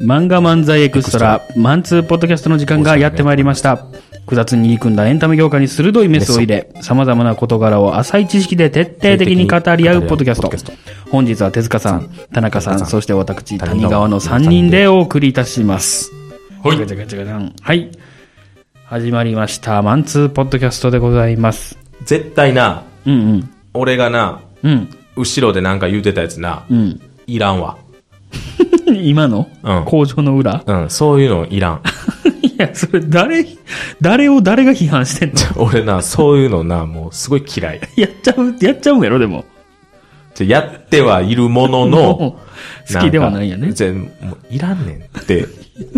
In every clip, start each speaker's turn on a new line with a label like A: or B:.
A: 漫画漫才エクストラ、マンツーポッドキャストの時間がやってまいりました。複雑に入り組んだエンタメ業界に鋭いメスを入れ、様々な事柄を浅い知識で徹底的に語り合うポッドキャスト
B: 徹底的に語り合うポッド。
A: 本日は手塚さん、田中さん、そして私、
B: 谷
A: 谷
B: 川
A: 川の3人でお送りいたします。
C: はい
A: ガチャガチャガチャンはい。始まりました。マンツーポッドキャストでございます。
C: 絶対な、
A: うん
C: 俺がな、
A: うん。
C: 後ろでなんか言うてたやつな、
A: うん。
C: いらんわ。
A: うん。今の、
C: うん
A: 工場の裏
C: うん、そういうのいらん。
A: いや、それ誰、誰を誰が批判してんの
C: 俺な、そういうのな、もうすごい嫌い。
A: やっちゃう、やっちゃうんやろ、でも。
C: じゃやってはいるものの、
A: もう 好きではないよね
C: んか。全もういらんねんって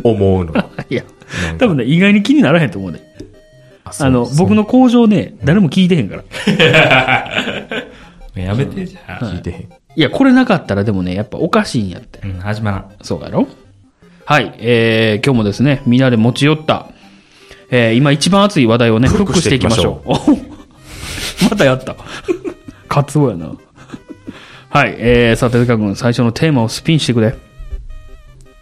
C: 思 うの。
A: いや、多分ね、意外に気にならへんと思うね。
C: あそう
A: あの、僕の工場ね、誰も聞いてへんから。
B: やめて、じゃあ。
C: 聞いてへん。
A: いや、これなかったらでもね、やっぱおかしいんやって。
B: うん、始まらん。
A: そうやろはい、えー、今日もですね、みんなで持ち寄った、えー、今一番熱い話題 をね、フ
C: フ
A: ッ
C: ッ
A: ク
C: ク
A: していきましょう。 またやった。カツオやな。はい、えー、さて、手塚君、最初のテーマをスピンしてくれ。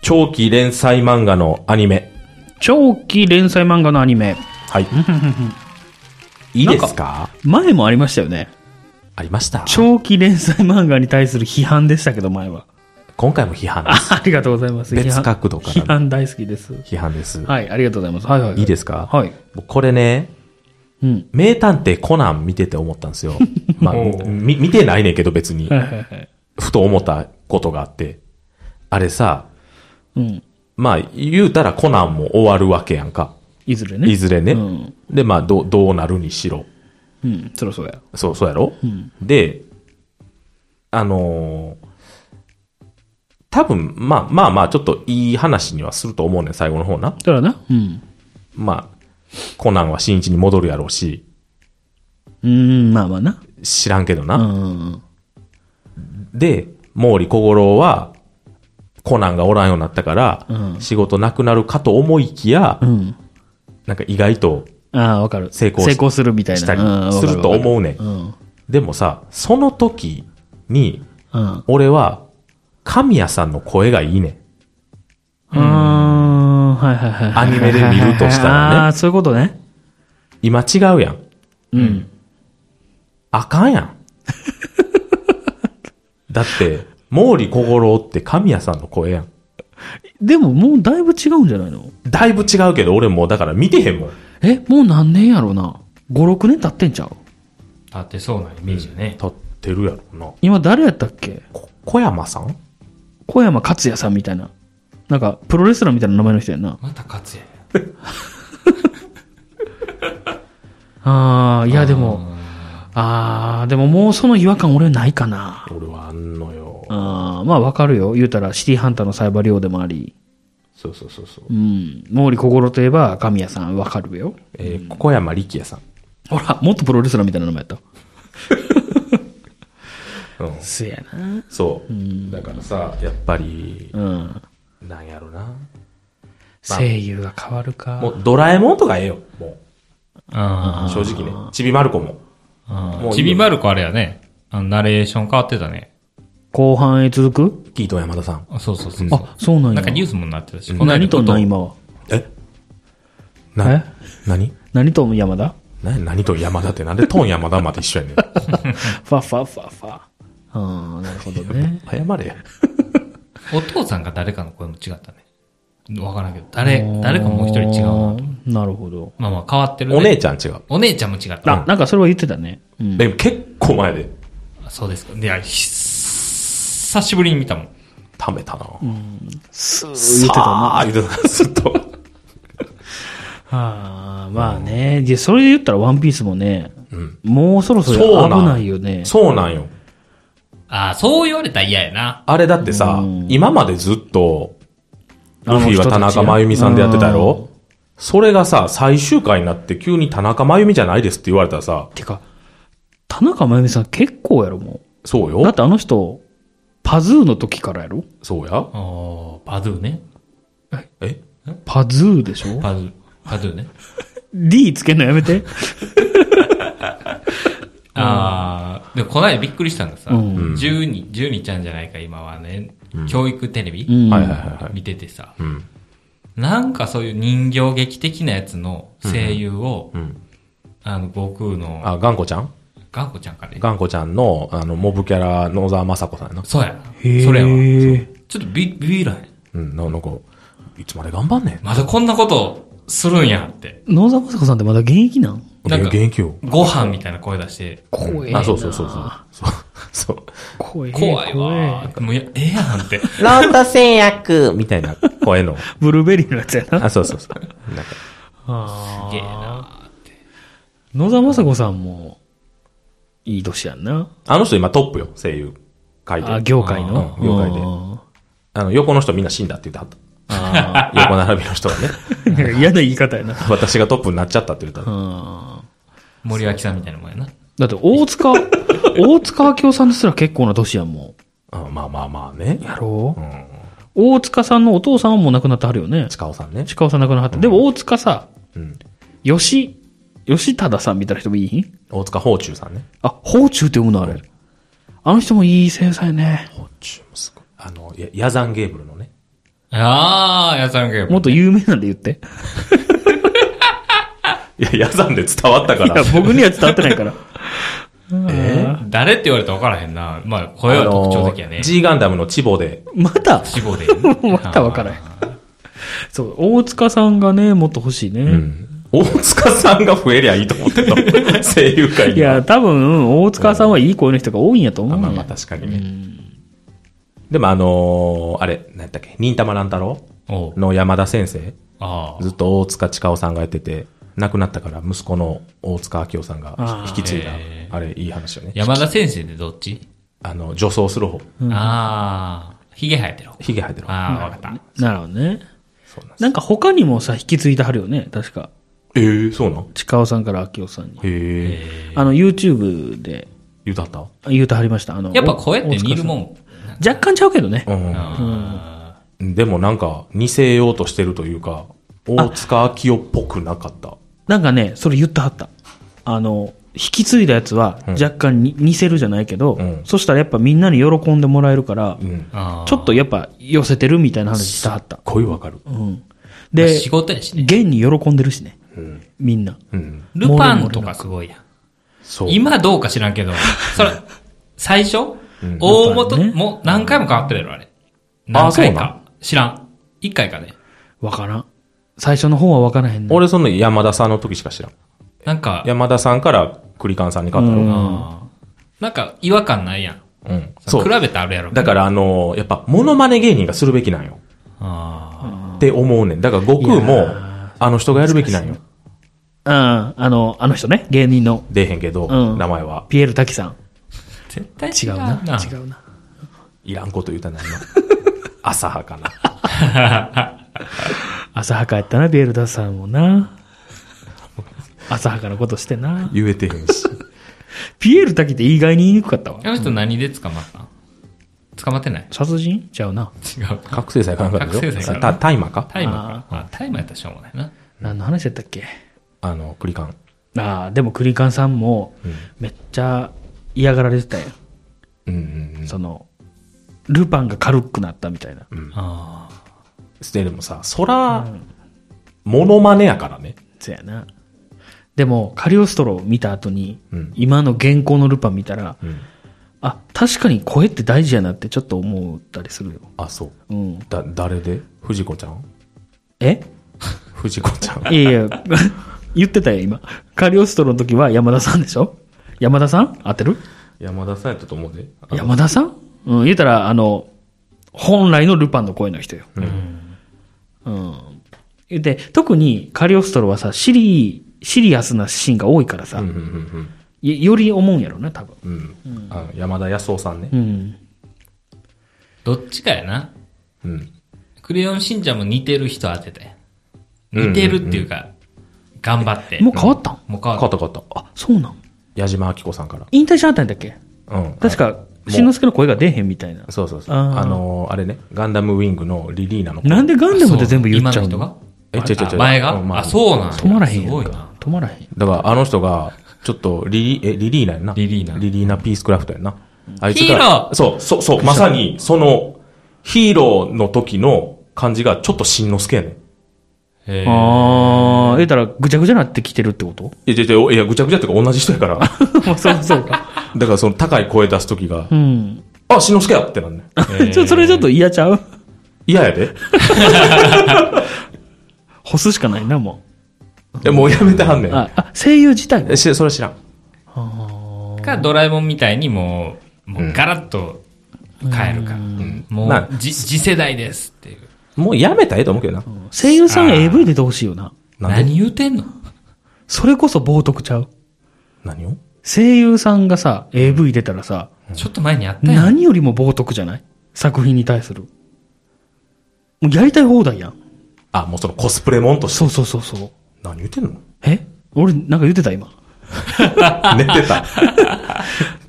C: 長期連載漫画のアニメ。
A: 長期連載漫画のアニメ。
C: はい。いいですか
A: 前もありましたよね。
C: ありました
A: 長期連載漫画に対する批判でしたけど、前は。
C: 今回も批判です。
A: あありがとうございます。
C: 別
A: 批判
C: 角度から
A: 批判大好きです。
C: 批判です。
A: はい、ありがとうございます。はいはい、はい。
C: いいですか
A: はい。
C: もうこれね、
A: うん。
C: 名探偵コナン見てて思った んですよ。まあ、み見てないねんけど別に
A: は。いはいはい。
C: ふと思ったことがあって。あれさ、
A: うん。
C: まあ、言うたらコナンも終わるわけやんか。
A: いずれね。
C: いずれね。
A: うん
C: で、まあ、どう、どうなるにしろ。
A: うん、そろそろや。
C: そう、そうやろ、で、あのー多分、まあまあまあ、ちょっといい話にはすると思うねん、最後の方な。
A: だからな。うん。
C: まあ、コナンは新一に戻るやろうし、
A: うーん、まあまあな。
C: 知らんけど
A: う
C: な。
A: ん。
C: で、毛利小五郎は、コナンがおらんようになったから、
A: うん
C: 仕事なくなるかと思いきや、
A: うん。
C: なんか意外と
A: ああ、わかる。
C: 成功し
A: 成功するみたいな。
C: したり
A: うん
C: すると思うねん。
A: うんわか
C: でもさ、その時に、
A: るわかる。うん。うん
C: 俺は、神谷さんの声がいいねん。
A: あーはいはいはいはい。
C: アニメで見るとしたらね
A: ああー、そういうことね。
C: 今違うやん。
A: うん。
C: あかん やん。だって、毛利小五郎って神谷さんの声やん。
A: でももうだいぶ違うんじゃないの
C: だいぶ違うけど、俺もうだから見てへんもん。
A: え、もう何年やろうな。5、6年経ってんちゃう
B: 立ってそうなイメージよね。
C: 立ってるやろな。
A: 今誰やったっけ
C: こ小山さん
A: 小山克也さんみたいな。なんか、プロレスラーみたいな名前の人やんな。
B: また勝つやん。
A: ああ、いやでも、ああ、でももうその違和感俺ないかな。
C: 俺はあんのよ。
A: あーまあわかるよ。言うたらシティハンターのサイバリオでもあり、
C: そうそうそうそう。
A: うん。毛利小五郎といえば神谷さんわかるよ。
C: えー小山力也さん。
A: ほら、もっとプロレスラーみたいな名前やった。
C: うん
A: すやな。
C: そう。だからさ、やっぱり、
A: うん。
C: なんやろな。
A: 声優が変わるか。
C: もうドラえもんとかええよ。も
B: あ
C: う、正直ね。ちびまる子も。もういい
B: あ。
C: よ
B: ちびまる子あれやね。あの、ナレーション変わってたね。
A: 後半へ続く
C: キート山田さん。
B: あそうそうそうそう。
A: あ、そうなんや。
B: なんかニュースもなってたし、この間
A: 何と
B: ふと
A: な、今は。
C: えな
A: え、
C: 何
A: 何と山田
C: な何と山田ってなんでトン山田まで一緒や ねん。
A: ファファファファ。ああ、なるほど ね。
C: 謝れや。
B: お父さんが誰かの声も違ったね。わからんけど、誰、誰かもう一人違うな。
A: な。なるほど。
B: まあまあ変わってる、ね。
C: お姉ちゃん違う。
B: お姉ちゃんも違った。
A: あ、なんかそれは言ってたね。うん。
C: でも結構前で
B: あそうですか。いや、ひ久しぶりに見たもん。
C: 貯めたな。
A: すー言
C: さ
A: ってたな。
C: あ、言 ってた。ずっと。
A: ああ、まあね。で、それで言ったらワンピースもね、
C: ん
A: もうそろそ
C: そ
A: ろ
C: うなん
A: 危ないよね。
C: そうなんよ。
B: ああ、そう言われたら嫌やな。
C: あれだってさ、今までずっと、ルフィは
A: あ
C: 田
A: の人たち
C: 中
A: や
C: 真由美さんでやってたやろそれがさ、最終回になって急に田中真由美じゃないですって言われたらさ、
A: てか、田中真由美さん結構やろ、も
C: そう
A: う。だっ
C: よ。
A: てあの人、パズーの時からやろ
C: そうや。
B: あーパドゥね。
C: え
A: パズーでしょ
B: パドゥ、パドゥね。
A: ?D つけんのやめて。
B: ああ、でもこの間びっくりしたのがさ、
A: うん
B: 十二十二ちゃんじゃないか、今はね、教育テレビ、
A: うん
C: はいはいはいはい。
B: 見ててさ、
C: うん。
B: なんかそういう人形劇的なやつの声優を、
C: うん。
B: あの、悟空の、
C: あ、ガンコちゃん
B: ガンコちゃんかね。
C: ガンコちゃんの、あの、モブキャラ、野沢雅子さんやな。
B: そうやな。
A: へー
B: それやわ。そうちょっとビビビらへん。
C: うん、ななんか、いつまで頑張んねん。
B: まだこんなことするんやって。
A: 野沢雅子さんってまだ現役なん
B: なんか
C: 元元気よ。
B: ご飯みたいな声出して、
A: 怖
C: あ、そうそうそうそう。そう。そう。
A: 怖い。
B: 怖いわーって。もうや、ええやん って。
C: ロンド製薬みたいな声の。
A: ブルーベリーのやつやな。
C: あ、そうそうそう。なんか、
A: あー
B: すげえなーって。
A: 野沢雅子さんも、いい年やんな。
C: あの人今トップよ、声優。書いて
A: あ、。業界の
C: うん業界であの、横の人みんな死んだって言ってはった。 横並びの人がね。
A: で。なんか 嫌な言い方やな。
C: 私がトップになっちゃったって言った
A: う
C: ら。
A: ん
B: 森脇さんみたいなもんやな。
A: だって、大 塚、大塚明夫さんですら結構な年やん、も
C: あまあまあまあね
A: う。。やろ
C: うん。
A: 大塚さんのお父さんはもう亡くなってはるよね。
C: 近尾さんね。
A: 近尾さん亡くなって。でも大塚さ、
C: うん。
A: 吉、吉忠さんみたいな人もいい
C: 大塚宝中さんね。
A: あ、宝中って読むのあれ。あの人もいい声優さんやね。
C: 宝中もすごい。あの、やヤザンゲーブルのね。
B: ああ、やさんけ
A: もっと有名なんで言って。
C: いや、ヤザンで伝わったか
A: いや
C: ら。、
A: 僕には伝わってないから。
C: えー
B: 誰って言われたら分からへんな。まあ、声は特徴的や
C: あの
B: ね。
C: G ガンダムのチボで。
A: また、
B: 死亡でいいね
A: 。また分からへんそう、大塚さんがね、もっと欲しいね。
C: うん。大塚さんが増えりゃいいと思ってた。声優界に。
A: いや、多分、大塚さんはいい声の人が多いんやと思
C: まあ
A: う、ね
C: まあまあ確かにね。でもあのーあれ、何やったっけ、忍たま乱太郎
B: おう
C: の山田先生、
B: ああ。
C: ずっと大塚千尾さんがやってて、亡くなったから息子の大塚明夫さん
A: あ
C: が
A: ー
C: 引き継いだ
B: へ、
C: あれいい話よね。
B: 山田先生でどっち
C: あの、女装する方、
B: ああ。髭生えてる。
C: 髭生えてる方。
B: ああ、わかった。
A: なるほどね。
C: そうなんです
A: なんか他にもさ、引き継いではるよね、確か。
C: えー、そうなん
A: 近尾さんから明夫さんに。
C: へえ、
A: あの、YouTube で
C: 言うたった
A: 言うてはりました。あの、
B: やっぱ声って似るも
A: ん。
B: ん。
A: 若干ちゃうけどね。
C: う
B: あ
C: ん。でもなんか、似せようとしてるというか、大塚明夫っぽくなかった。
A: なんかね、それ言ってはった。あの、引き継いだやつは若干に、似せるじゃないけど、
C: うん
A: そしたらやっぱみんなに喜んでもらえるから、
C: うん。
B: あ。
A: ちょっとやっぱ寄せてるみたいな話してはった。
C: 声わかる。
A: うん。
B: まあ
A: で、
B: 仕事やしね。
A: 現に喜んでるしね。
C: うん。
A: みんな。
C: うん。
B: ルパンとかすごいやん。
C: そう。
B: 今どうか知らんけど、それ、最初大元、
A: ルパンね
B: もう何回も変わってるやろ、あれ。
C: あ
B: 何
C: あそうなん
B: 回か。知らん。一回かね。
A: わからん。最初の方はわからへんね。
C: 俺その山田さんの時しか知らん。
B: なんか、
C: 山田さんから栗ンさんに変わったのが
B: あーなんか違和感ないやん。
C: うん。そ
B: そ
C: う
B: 比
C: う。
B: べたらあるやろ。
C: だからあのーやっぱ、モノマネ芸人がするべきなんよ。
B: あ
C: って思うねん。だから悟空
A: いや
C: も、あの人がやるべきなん
A: う
C: よ。
A: ん。あの、あの人ね、芸人の、
C: 出えへんけど、
A: うん
C: 名前は。
A: ピエール滝さん。
B: ー絶対
A: 違
B: 違
A: う
B: う
A: な
B: な。。
A: 違うな。
C: いらんこと言うたな、今。 浅はかな。
A: 浅はかやったな、ピエール滝さんもな。浅はかのことしてな。
C: 言えてへんし。
A: ピエール滝って意外に言いにくかったわ。
B: あの人何で捕まったん捕まってない
A: 殺人ちゃうな。
B: 違う。
C: 覚醒剤かなんかで
B: 覚
C: しょ
B: 醒剤
C: さ
B: か
C: た大麻か
B: タイマーか。あタイマーやったらしょうもないな。
A: 何の話やったっけ
C: あの、栗ン
A: ああ、でもクリカンさんも、めっちゃ嫌がられてたよ。
C: うんうんうん。
A: その、ルパンが軽くなったみたいな。
B: ああ。
C: でもさ、そら、モノマネやからね。
A: そやな。でも、カリオストロを見た後に、
C: うん
A: 今の現行のルパン見たら、
C: うん。
A: あ、確かに声って大事やなってちょっと思ったりするよ。
C: あ、そう。
A: うん。
C: だ、誰で藤子ちゃん
A: え
C: 藤子ちゃん。
A: いやいや、 言ってたよ、今。カリオストロの時は山田さんでしょ山田さん合ってる
C: 山田さんやったと思うで。あの
A: 山田さんうん、言ったら、あの、本来のルパンの声の人よ。うん。言って、特にカリオストロはさ、シリ、シリアスなシーンが多いからさ、
C: うんうん
A: よより思うんやろな、多分。
C: うんうん。うん。あの山田康夫さんね
A: う。ん。
B: どっちかやな。
C: うん。
B: クレヨンしんちゃんも似てる人当てたやん。似てるっていうか、頑張って。
A: もう変わったん
B: もう変わ
C: 変
B: っ
C: わ
B: た
C: った変わった。あ、
A: そうなん
C: 矢島明子さんから。
A: 引退しはったんだっけ
C: うん。
A: 確か、しんのすけの声が出えへんみたいな
C: あ。。そうそうそう。
A: あー
C: あのー、あれね、ガンダムウィングのリリーナの。
A: なんでガンダムで全部言っちゃう
B: 今
A: の
B: の人が
C: え、違う違う違う。
B: 前が、
C: んま
B: あ、そうなんや
A: 止まらへんや
B: すご
A: ん
B: い
A: か
B: な。。
A: 止まらへん。
C: だから、あの人が、ちょっとリリ、え、リリーナやんな。
B: リリーナ
C: リリーナピースクラフトやんな。あいつが。
B: ヒーロー
C: そう、そう、そう、まさに、その、ヒーローの時の感じがちょっとしんのすけやねん。
B: えー、
A: ああ、えたらぐちゃぐちゃなってきてるってこと
C: いや、いやいや、いやぐちゃぐちゃっていうか同じ人やから。
A: まあ、 そうそうか。
C: だからその高い声出す時が
A: う、ん。
C: あ、しんのすけやってなんね ん。
A: ちょ、それちょっと嫌ちゃう
C: 嫌やで。
A: 干すしかないな、も
C: え、もうやめてはんね
A: う。
C: ん。
A: あ、あ声優自体が
C: え、し、それ知らん。
B: か、ドラえもんみたいにもう、もうガラッと変えるか。も
C: な
B: う、じ、次世代ですっていう。
C: もうやめたらええと思うけどな。
A: 声優さん AV 出てほしいよな。
C: なんで
B: 何言うてんの
A: それこそ冒涜ちゃう
C: 何を
A: 声優さんがさ、AV 出たらさ、
B: ちょっと前にあったやん。
A: 何よりも冒涜じゃない作品に対する。もうやりたい放題やん。
C: あ、もうそのコスプレもんとして。
A: そうそうそうそう。
C: 何言ってんの
A: え俺、なんか言ってた今。
C: 寝てた。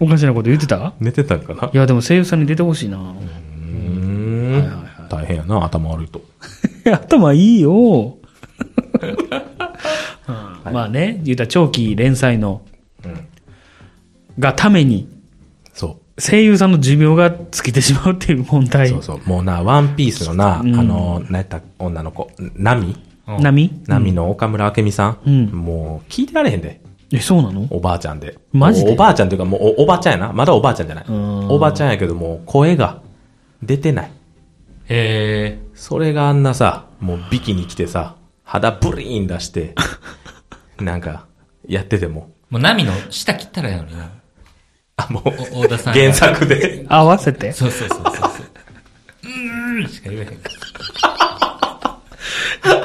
A: おかしなこと言ってた
C: 寝てたんかない
A: や、でも声優さんに出てほしいな。
C: うん。大変やな、頭悪いと。
A: 頭いいよ。 うんまあね、言うたら長期連載の、がために、
C: そ
A: 声優さんの寿命が尽きてしまうっていう問
C: う。
A: 題
C: そう。そう。もうな、ワンピースのな、あの、何やった、女の子、ナミ
B: うん
A: 波
C: ナミの岡村明美さ
A: うん
C: ん。もう、聞いてられへんで。
A: え、そうなの
C: おばあちゃんで。
A: マジで
C: おおばあちゃんというか、もうおおばあちゃんやな。まだおばあちゃんじゃない。
A: ん
C: おばあちゃんやけど、もう声が出てない。
B: え
C: それがあんなさ、もうビキに来てさ、肌ブリーン出して、なんか、やってても、
B: ー、もう波の下切ったらやのにな。
C: あ、も
B: お
C: う、
B: 大田さん。
C: 原。作で。
A: 合わせて。
B: そうそうそうそうそう。うーんしか言えへん。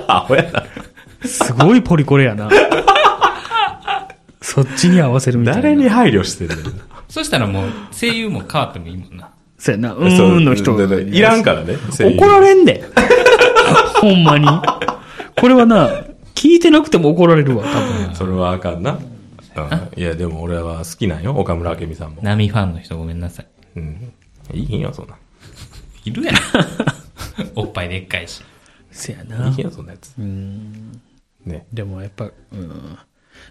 C: あ、ほやな。
A: すごいポリコレや な。そっちに合わせるみたいな。
C: 誰に配慮してるの
B: そしたらもう、声優も変わってもいいもんな。
A: そうやな。うーんの人
C: そういらんからね。
A: 怒られんで。 ほんまに。これはな、聞いてなくても怒られるわ、多分。
C: それはあかんな。うんいや、でも俺は好きなんよ、岡村明美さんも。
B: 波ファンの人ごめんなさい。
C: うん。いいんよ、そんな。
B: いるやん。おっぱいでっかいし。
A: せや
C: い。
A: ない
C: んよ、そんなやつ。ね。
A: でもやっぱ、うん。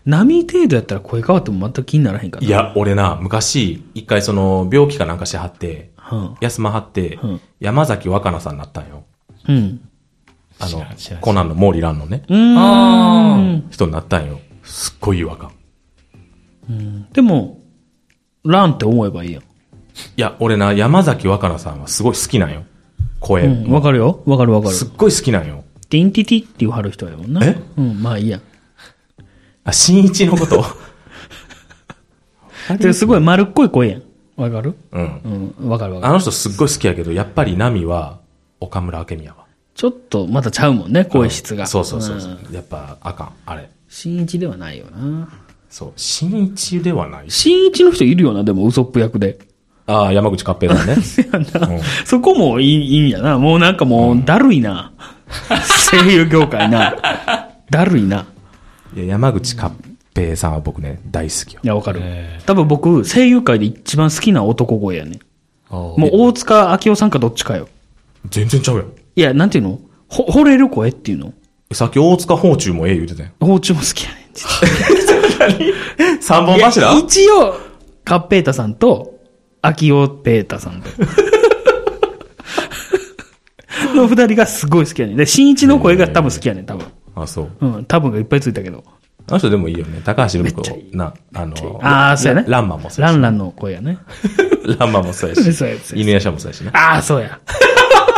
A: 波程度やったら声変わっても全く気にならへんから。
C: い。や、俺な、昔、一回その、病気かなんかしてはって、
A: うん。
C: 休まはって
A: うん、
C: 山崎若菜さんになったんよ。
A: うん。
C: あ
B: 知
C: の
B: らん知らん知らん、
C: コナンの毛利蘭のね、
A: うーん
B: あ
C: 人になったんよ。すっごい違和感。
A: でも、ランって思えばいいやん。
C: いや、俺な、山崎若菜さんはすごい好きなんよ。声。
A: うん。わかるよ。わかるわかる。
C: すっごい好きなんよ。
A: ティンティティって言わはる人やもんな。
C: え
A: うん、まあいいや。
C: あ、新一の こと。
A: ですごい丸っこい声やん。わかる
C: うん。
A: うん、わかるわかる。
C: あの人すっごい好きやけど、やっぱりナミは岡村明美やわ。
A: ちょっとまたちゃうもんね、声質が。
C: そうそうそうそう。やっぱあかん、あれ。
A: 新一ではないよな。
C: そう。新一ではないし。
A: 新一の人いるよな、でも、ウソップ役で。
C: ああ、山口勝平だ ね。うん
A: そこもいいいいんやな。もうなんかもう、だるいな。声優業界な。だるいな。
C: いや、山口勝平さんは僕ね、大好きよ
A: い。や、わかる
B: へ。
A: 多分僕、声優界で一番好きな男声やね。
B: あ。も
A: もう、大塚明夫さんかどっちかよ。
C: 全然ちゃうやん。
A: いや、なんていうのほ、惚れる声っていうの
C: さっき大塚宝中もええ言うてたやん。
A: 包丁も好きやねん実は。
C: 三本
A: いや一応、カッペータさんと、アキオペータさん と。の二人がすごい好きやねん。で、新一の声が多分好きやねん、多分。
C: あ、そう。
A: うん、多分がいっぱいついたけど。
C: あの人でもいいよね。高橋留美子、な、あの、
A: ああ、そうやね。
C: ランマもそうや
A: ラ
C: し。
A: ンランの声やね。
C: ランマもそう や
A: そうやそ
C: し。
A: うや
C: 犬夜叉もそうやしね。
A: ああ、そう や。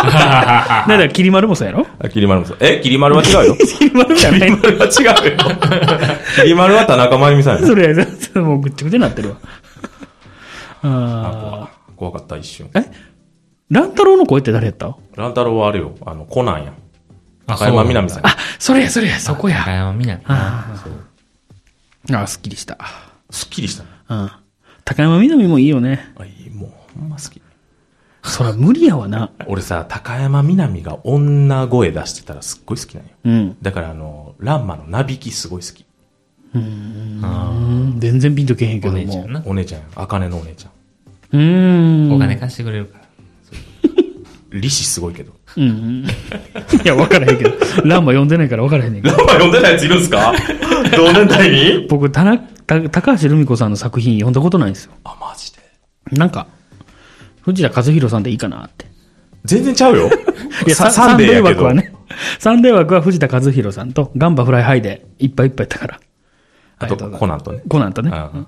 A: なんだから、きり丸もそうやろ
C: あ、きり丸もそう。え、きり丸は違 うよ。
A: きり丸じゃない
C: きり丸は違うよ。きり丸は田中真由美さんやね
A: それや、それもうぐっちゃぐちゃになってるわ。ああ。
C: あ怖かった、一瞬。
A: え乱太郎の声って誰やった
C: 乱太郎はあるよ。あの、コナンやん。
B: あ
C: 高山みなみさんや。
A: あ、それや、それや、そこや。
B: 高
A: あ
B: 山みなみ。
A: あー。ああ、すっきりした。
C: すっきりしたね。
A: うん。高山みなみもいいよね。
C: あ、いい、もう、ほんま好き。
A: そら無理やわな。
C: 俺さ、高山みなみが女声出してたらすっごい好きなんよ。
A: うん。
C: だからあの、ランマのなびきすごい好き。
A: うん全然ピンとけへんけ
B: お
A: ど
B: 姉ちゃ
A: も
B: ん。な。
C: お姉ちゃんやん。あかねのお姉ちゃん。
A: うーん。
B: お金貸してくれるから。
C: リシすごいけど。
A: うんうん。いや、わからへんけ ど。ランマ読んでないからわからへんねんけど。
C: ランマ読んでないやついるんすか同年代に
A: 僕、田中、た高橋留美子さんの作品読んだことないんですよ。
C: あ、マジで。
A: なんか、藤田和弘さんでいいかなって。
C: 全然ちゃうよ。
A: いや、
C: さ
A: ササンデー
C: やけ
A: 枠
C: ど
A: はね。サンデー枠は藤田和弘さんと、ガンバフライハイでいっぱいいっぱいやったから。
C: あと、コナンとね。
A: コナンとね。
C: うんなる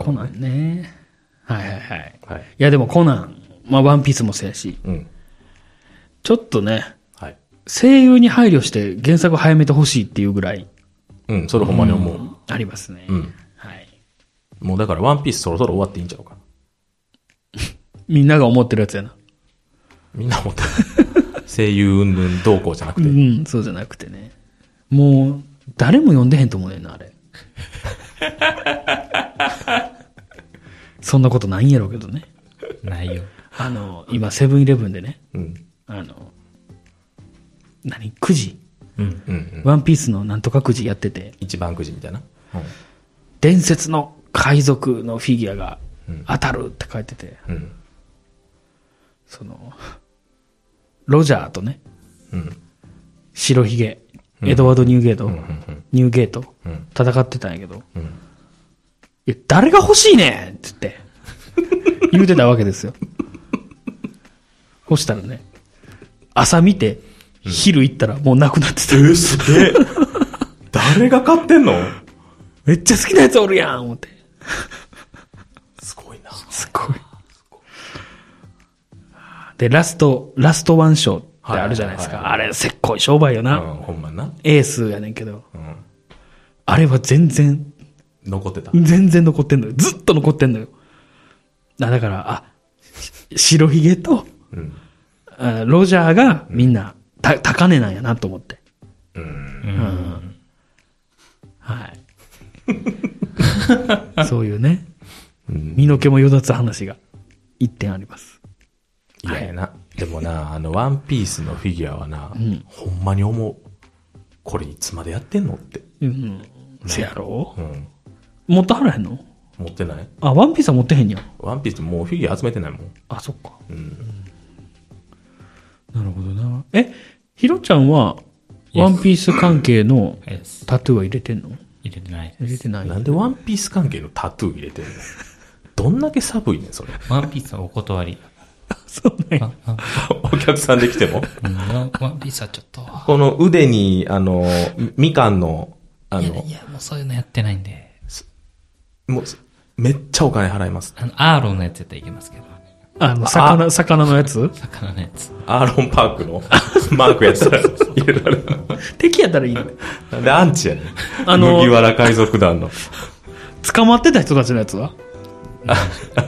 A: コ
C: ほど
A: ナンね。はいはいはい。
C: はい。
A: いや、でもコナン、まあ、ワンピースもそうやし、
C: うん。
A: ちょっとね、
C: はい。
A: 声優に配慮して原作を早めてほしいっていうぐらい、
C: うん、それほんまに思う。
A: ありますね。
C: うん
A: はい。
C: もうだから、ワンピースそろそろ終わっていいんちゃうかな。
A: みんなが思ってるやつやな。
C: みんな思ってる 声優云々どうこうじゃなく
A: う
C: て。
A: ん、そうじゃなくてね。もう、誰も読んでへんと思うねんな、あれ。そんなことないんやろうけどね。
B: ないよ。
A: あの、今、セブンイレブンでね、
C: うん。
A: あの、何 ?9 時
B: うん。
C: うんうん。
A: ワンピースのなんとか9時やってて、
C: 一番くじみたいな。
A: 伝説の海賊のフィギュアが当たるって書いてて、
C: うん。うん。
A: その、ロジャーとね、
C: うん。
A: 白ひげ、エドワード・ニューゲート、
C: うん。
A: ニューゲート
C: うん、
A: 戦ってたんやけど、
C: うん
A: いや、誰が欲しいねんって言 って、言うてたわけですよ。そしたらね、朝見て、昼行ったらもうなくなってた。
C: え、すげえ誰が買ってんの
A: めっちゃ好きなやつおるやん思って。
C: すごいな。
A: すごい。で、ラスト、ラストワンショーってあるじゃないですか。
C: はいは
A: あれ、せっこい商売よ
C: う
A: な。
C: ん、ほんまにな。
A: エースやねんけど。
C: ん
A: あれは全然
C: 残ってた。
A: 全然残ってんのよ。ずっと残ってんのよ。あだから、あ、し白ひげと、
C: うん。
A: あロジャーがみんな、た、高値なんやなと思って。うん はい。そういうね、
C: うん
A: 身の毛もよだつ話が一点あります。
C: いややな。でもな、あの、ワンピースのフィギュアはな、ほんまに思う。これいつまでやってんのって。
A: うん。せやろ
C: うん。
A: 持ってはらへんの
C: 持ってない
A: あ、ワンピースは持ってへんやん。
C: ワンピースもうフィギュア集めてないもん。
A: あ、そっか。
C: うん。
A: なるほどな。え、ひろちゃんは、ワンピース関係の
B: はいです。
A: タトゥーは入れてんの
B: 入れてないです。
A: 入れてない。
C: なんでワンピース関係のタトゥー入れてんのどんだけ寒いねん、 それ。
B: ワンピースはお断り。
A: そうなんや
B: ああ
C: お客さんで来ても。
B: うんワンワンピースはちょっと。
C: この腕に、あの、みかんの、あ
B: いや、
C: の
B: い、やもうそういうのやってないんで。
C: もう、めっちゃお金払います。
B: あの、アーロンのやつやったらいけますけど。
A: あの、魚、魚のやつ
B: 魚のやつ。
C: アーロンパークの マークやってたら入れられる。
A: 敵やったらいいの
C: なんでアンチやねん。
A: あの
C: 麦わら海賊団の、
A: 捕まってた人たちのやつは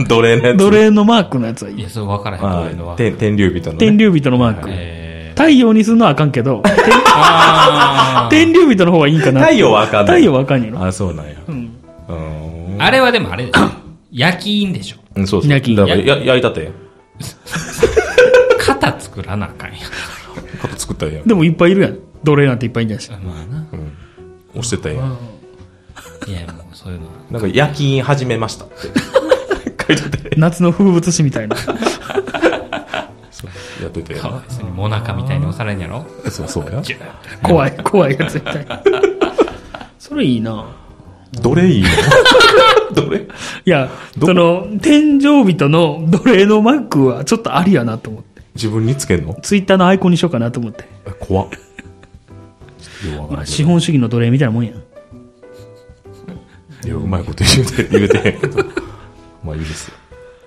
C: 奴隷のやつ。
A: 奴隷のマークのやつはい
B: い
A: い
B: や、それ分からへんと
C: あ
B: いうのは。
C: 天天竜人の、
A: 天
C: ね。
A: 竜人のマーク。
B: え
A: 太陽にすんのはあかんけ ど、天天竜人の方がいいんかな。
C: 太陽はあかん
A: 太陽はあかんやろ。
C: あ、そうなんや。うん。
B: ーあれはでもあれでし ょ。焼き印でしょ。
C: うん、そうそう。
A: 焼き
C: だからや焼いたて。
B: 肩作らなあかんや
C: こと作ったらええやん。
A: でもいっぱいいるやん。奴隷なんていっぱ いいるやんし。
B: ん。まあな。
C: 押してたらええやん。
B: いや、もうそういうのは。
C: なんか夜勤始めました って。書いてて。
A: 夏の風物詩みたいな。
C: やってて。
B: かわいそうに、モナカみたいに押されんやろ。
C: そうそうや。
B: ジューって
A: 怖い、怖いやつみたいな。 それいいな。
C: どれいいの どれ
A: いや、
C: ど
A: その、天井人の奴隷のマークはちょっとありやなと思って。
C: 自分につけんの
A: ツイッターのアイコンにしようかなと思って。
C: え怖っ。ちょっとようわか
A: ま
C: ら
A: あ、
C: んけ
A: 資本主義の奴隷みたいなもんやん。
C: どいや、うまいこと言うて、言うてへんけど。まあいいですよ。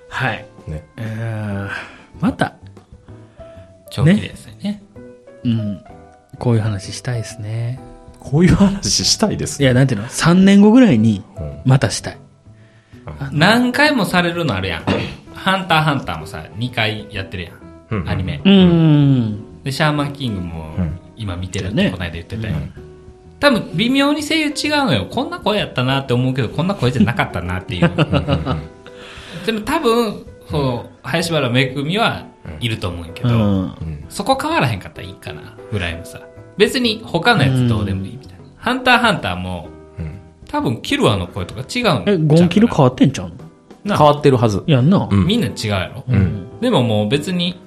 A: はい。
C: ね。
A: えーまた、
B: 長期ですよね。
A: うん、こういう話したいですね。
C: こういう話したいです
A: い。や、なんていうの ?3 年後ぐらいに
C: うん、
A: またしたい。
B: 何回もされるのあるやん。ハンターハンターもさ、2回やってるやん。
C: うん
B: アニメ
A: う。ん。
B: で、シャーマンキングも
C: ん
B: 今見てるっ
A: だよ
B: て
A: ね
B: こないだ言ってたよ。多分微妙に声優違うのよ。こんな声やったなって思うけど、こんな声じゃなかったなっていう。でも多分、その、林原めくみはいると思うんやけ
A: う
B: ど、
A: ん。
B: そこ変わらへんかったらいいかな、ぐらいのさ。別に他のやつどうでもいいみたいな。ハンターハンターも、多分キルアの声とか違うんちゃ
A: え、
B: うか
A: ゴンキル
B: な
A: 変わってんちゃうの
C: 変わってるはず。
A: やんな。
C: ん
B: みんな違うやろ、でももう別に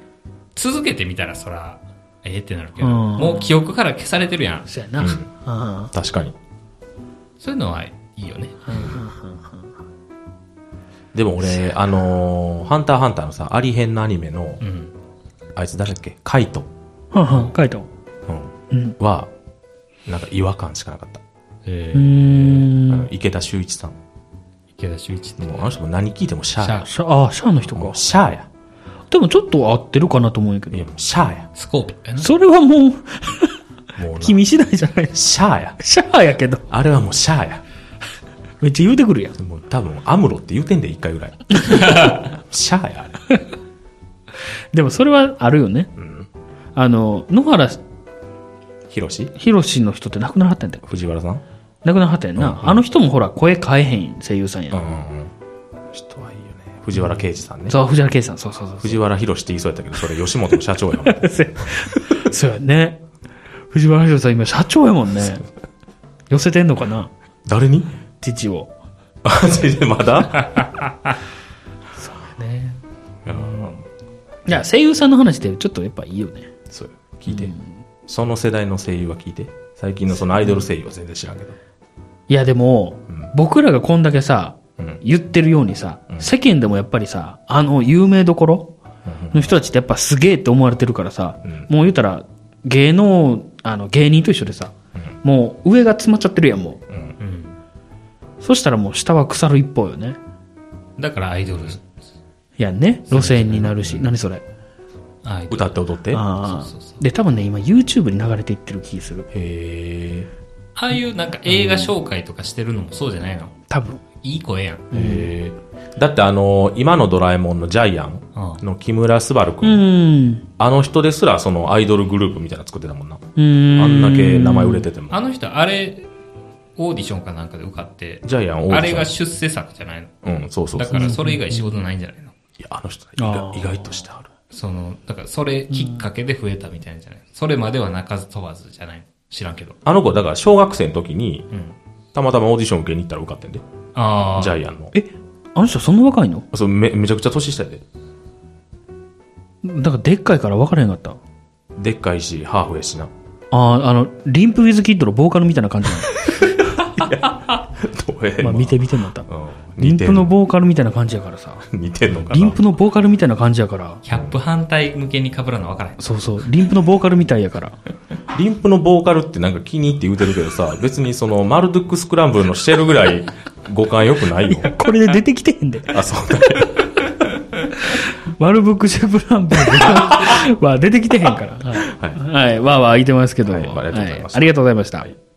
B: 続けてみたらそらええってなるけど、
A: うん
B: もう記憶から消されてるやん
A: そうやな。あ
C: 確かに。
B: そういうのはいいいよね。
C: でも俺、あのーハンターハンターのさ、ありへんのアニメの、
B: うん。
C: あいつ誰だっけカイト、
A: はんはん、書いた。う
C: うんは、なんか違和感しかなかった。
B: え
A: ー
B: ー、
C: あ
A: ん。
C: の池田修一さん。
B: 池田修一って。
C: もうあの人も何聞いてもシャーや。
A: シャあ、シャアの人
C: も
A: か
C: う。シャーや。
A: でもちょっと合ってるかなと思うんやけど
C: い。や、もうシャーや。
B: スコープやな。
A: それはもう、
C: もうな、
A: 君次第じゃない。
C: シャーや。
A: シャアやけど。
C: あれはもうシャーや。
A: めっちゃ言うてくるやん。
C: もう多分、アムロって言うてんで、一回ぐら い。シャーや、あれ。
A: でもそれはあるよね。あの、野原
C: ヒロシ
A: ひろしの人って亡くならはったんだよ。
C: 藤原さん
A: 亡くならはったやんな。あの人もほら、声変えへん声優さんやん。
C: うんうん。人はいいよね。藤原啓治さんね。
A: そう、藤原圭さん。そうそうそう。
C: 藤原博士って言いそうやったけど、それ吉本の社 長やもん。
A: そうやね。藤原宏さん今社長やもんね。寄せてんのかな
C: 誰 に
A: 父を。
C: あ、全然まだ
A: ね。
C: うん
A: いや、声優さんの話ってちょっとやっぱいいよね。
C: そうよ聞いて。その世代の声優は聞いて。最近のそのアイドル声優は全然知らんけど。
A: いや、でも、僕らがこんだけさ、
C: うん。
A: 言ってるようにさ、世間でもやっぱりさ、あの有名どころの人たちってやっぱすげえって思われてるからさ、
C: うん
A: もう言うたら、芸能、あの、芸人と一緒でさ、もう上が詰まっちゃってるやん、も
C: うん。うん
B: うん。
A: う。そしたらもう下は腐る一方よね。
B: だからアイドル。
A: やんね。路線になるし、何それ。
B: アイドル。
C: 歌って踊って。へ
A: あ
B: そうそうそ
A: あ。で、多分ね、今 YouTube に流れていってる気する。
C: え。
B: ああいうなんか映画紹介とかしてるのもそうじゃないの
A: 多分。
B: いい声やん。
C: へーだってあの今のドラえもんのジャイアン
B: う
C: の木村昴
A: う
C: 君、
A: ん。
C: あの人ですらそのアイドルグループみたいなの作ってたもんな、
A: うん。
C: あんだけ名前売れてても
B: あの人、あれ、オーディションかなんかで受かって、
C: ジャイアン大
B: あれが出世作じゃないの
C: うんそうそう
B: だ
C: そう
B: か
C: い
B: らそれ以外仕事ないんじゃないの
C: やあの人意外
A: あー
C: 意外としてある
B: その、だからそれきっかけで増えたみたいなんじゃないのそれまでは泣かず飛ばずじゃないの知らんけど。
C: あの子だから小学生の時に
B: うん。
C: たまたまオーディション受けに行ったら受かってんで
B: ああ。
C: ジ
B: ゃ
C: ャイアンの
A: え、あの人そんな若いの
C: そうめめちゃくちゃ年下やで
A: なんかでっかいから分からへんかった。
C: でっかいしハーフやしな
A: ああ、あの、リンプウィズキッドのボーカルみたいな感じ な
C: どえ
A: の。まあ見て見てなった。
C: うん、
A: リ
C: 似
A: ン
C: て
A: プ
C: ん
A: の
C: の
A: ボーカルみたいな感じやからさ。
C: 似てんのかな
A: リンプのボーカルみたいな感じやから。
B: キャップ反対向けに被らんの分からへん。
A: そうそう、リンプのボーカルみたいやから。
C: リンプのボーカルってなんか気に入って言うてるけどさ、別にそのマルドゥックスクランブルのしてるぐらい五感良くないよ。
A: これで出てきてへんで。
C: あ、そうだ。
A: ワルブックシェプランプ は出てきてへんから。はい。はい、わーわー言ってますけど。
C: はいありがとうございました
A: ありがとうございました。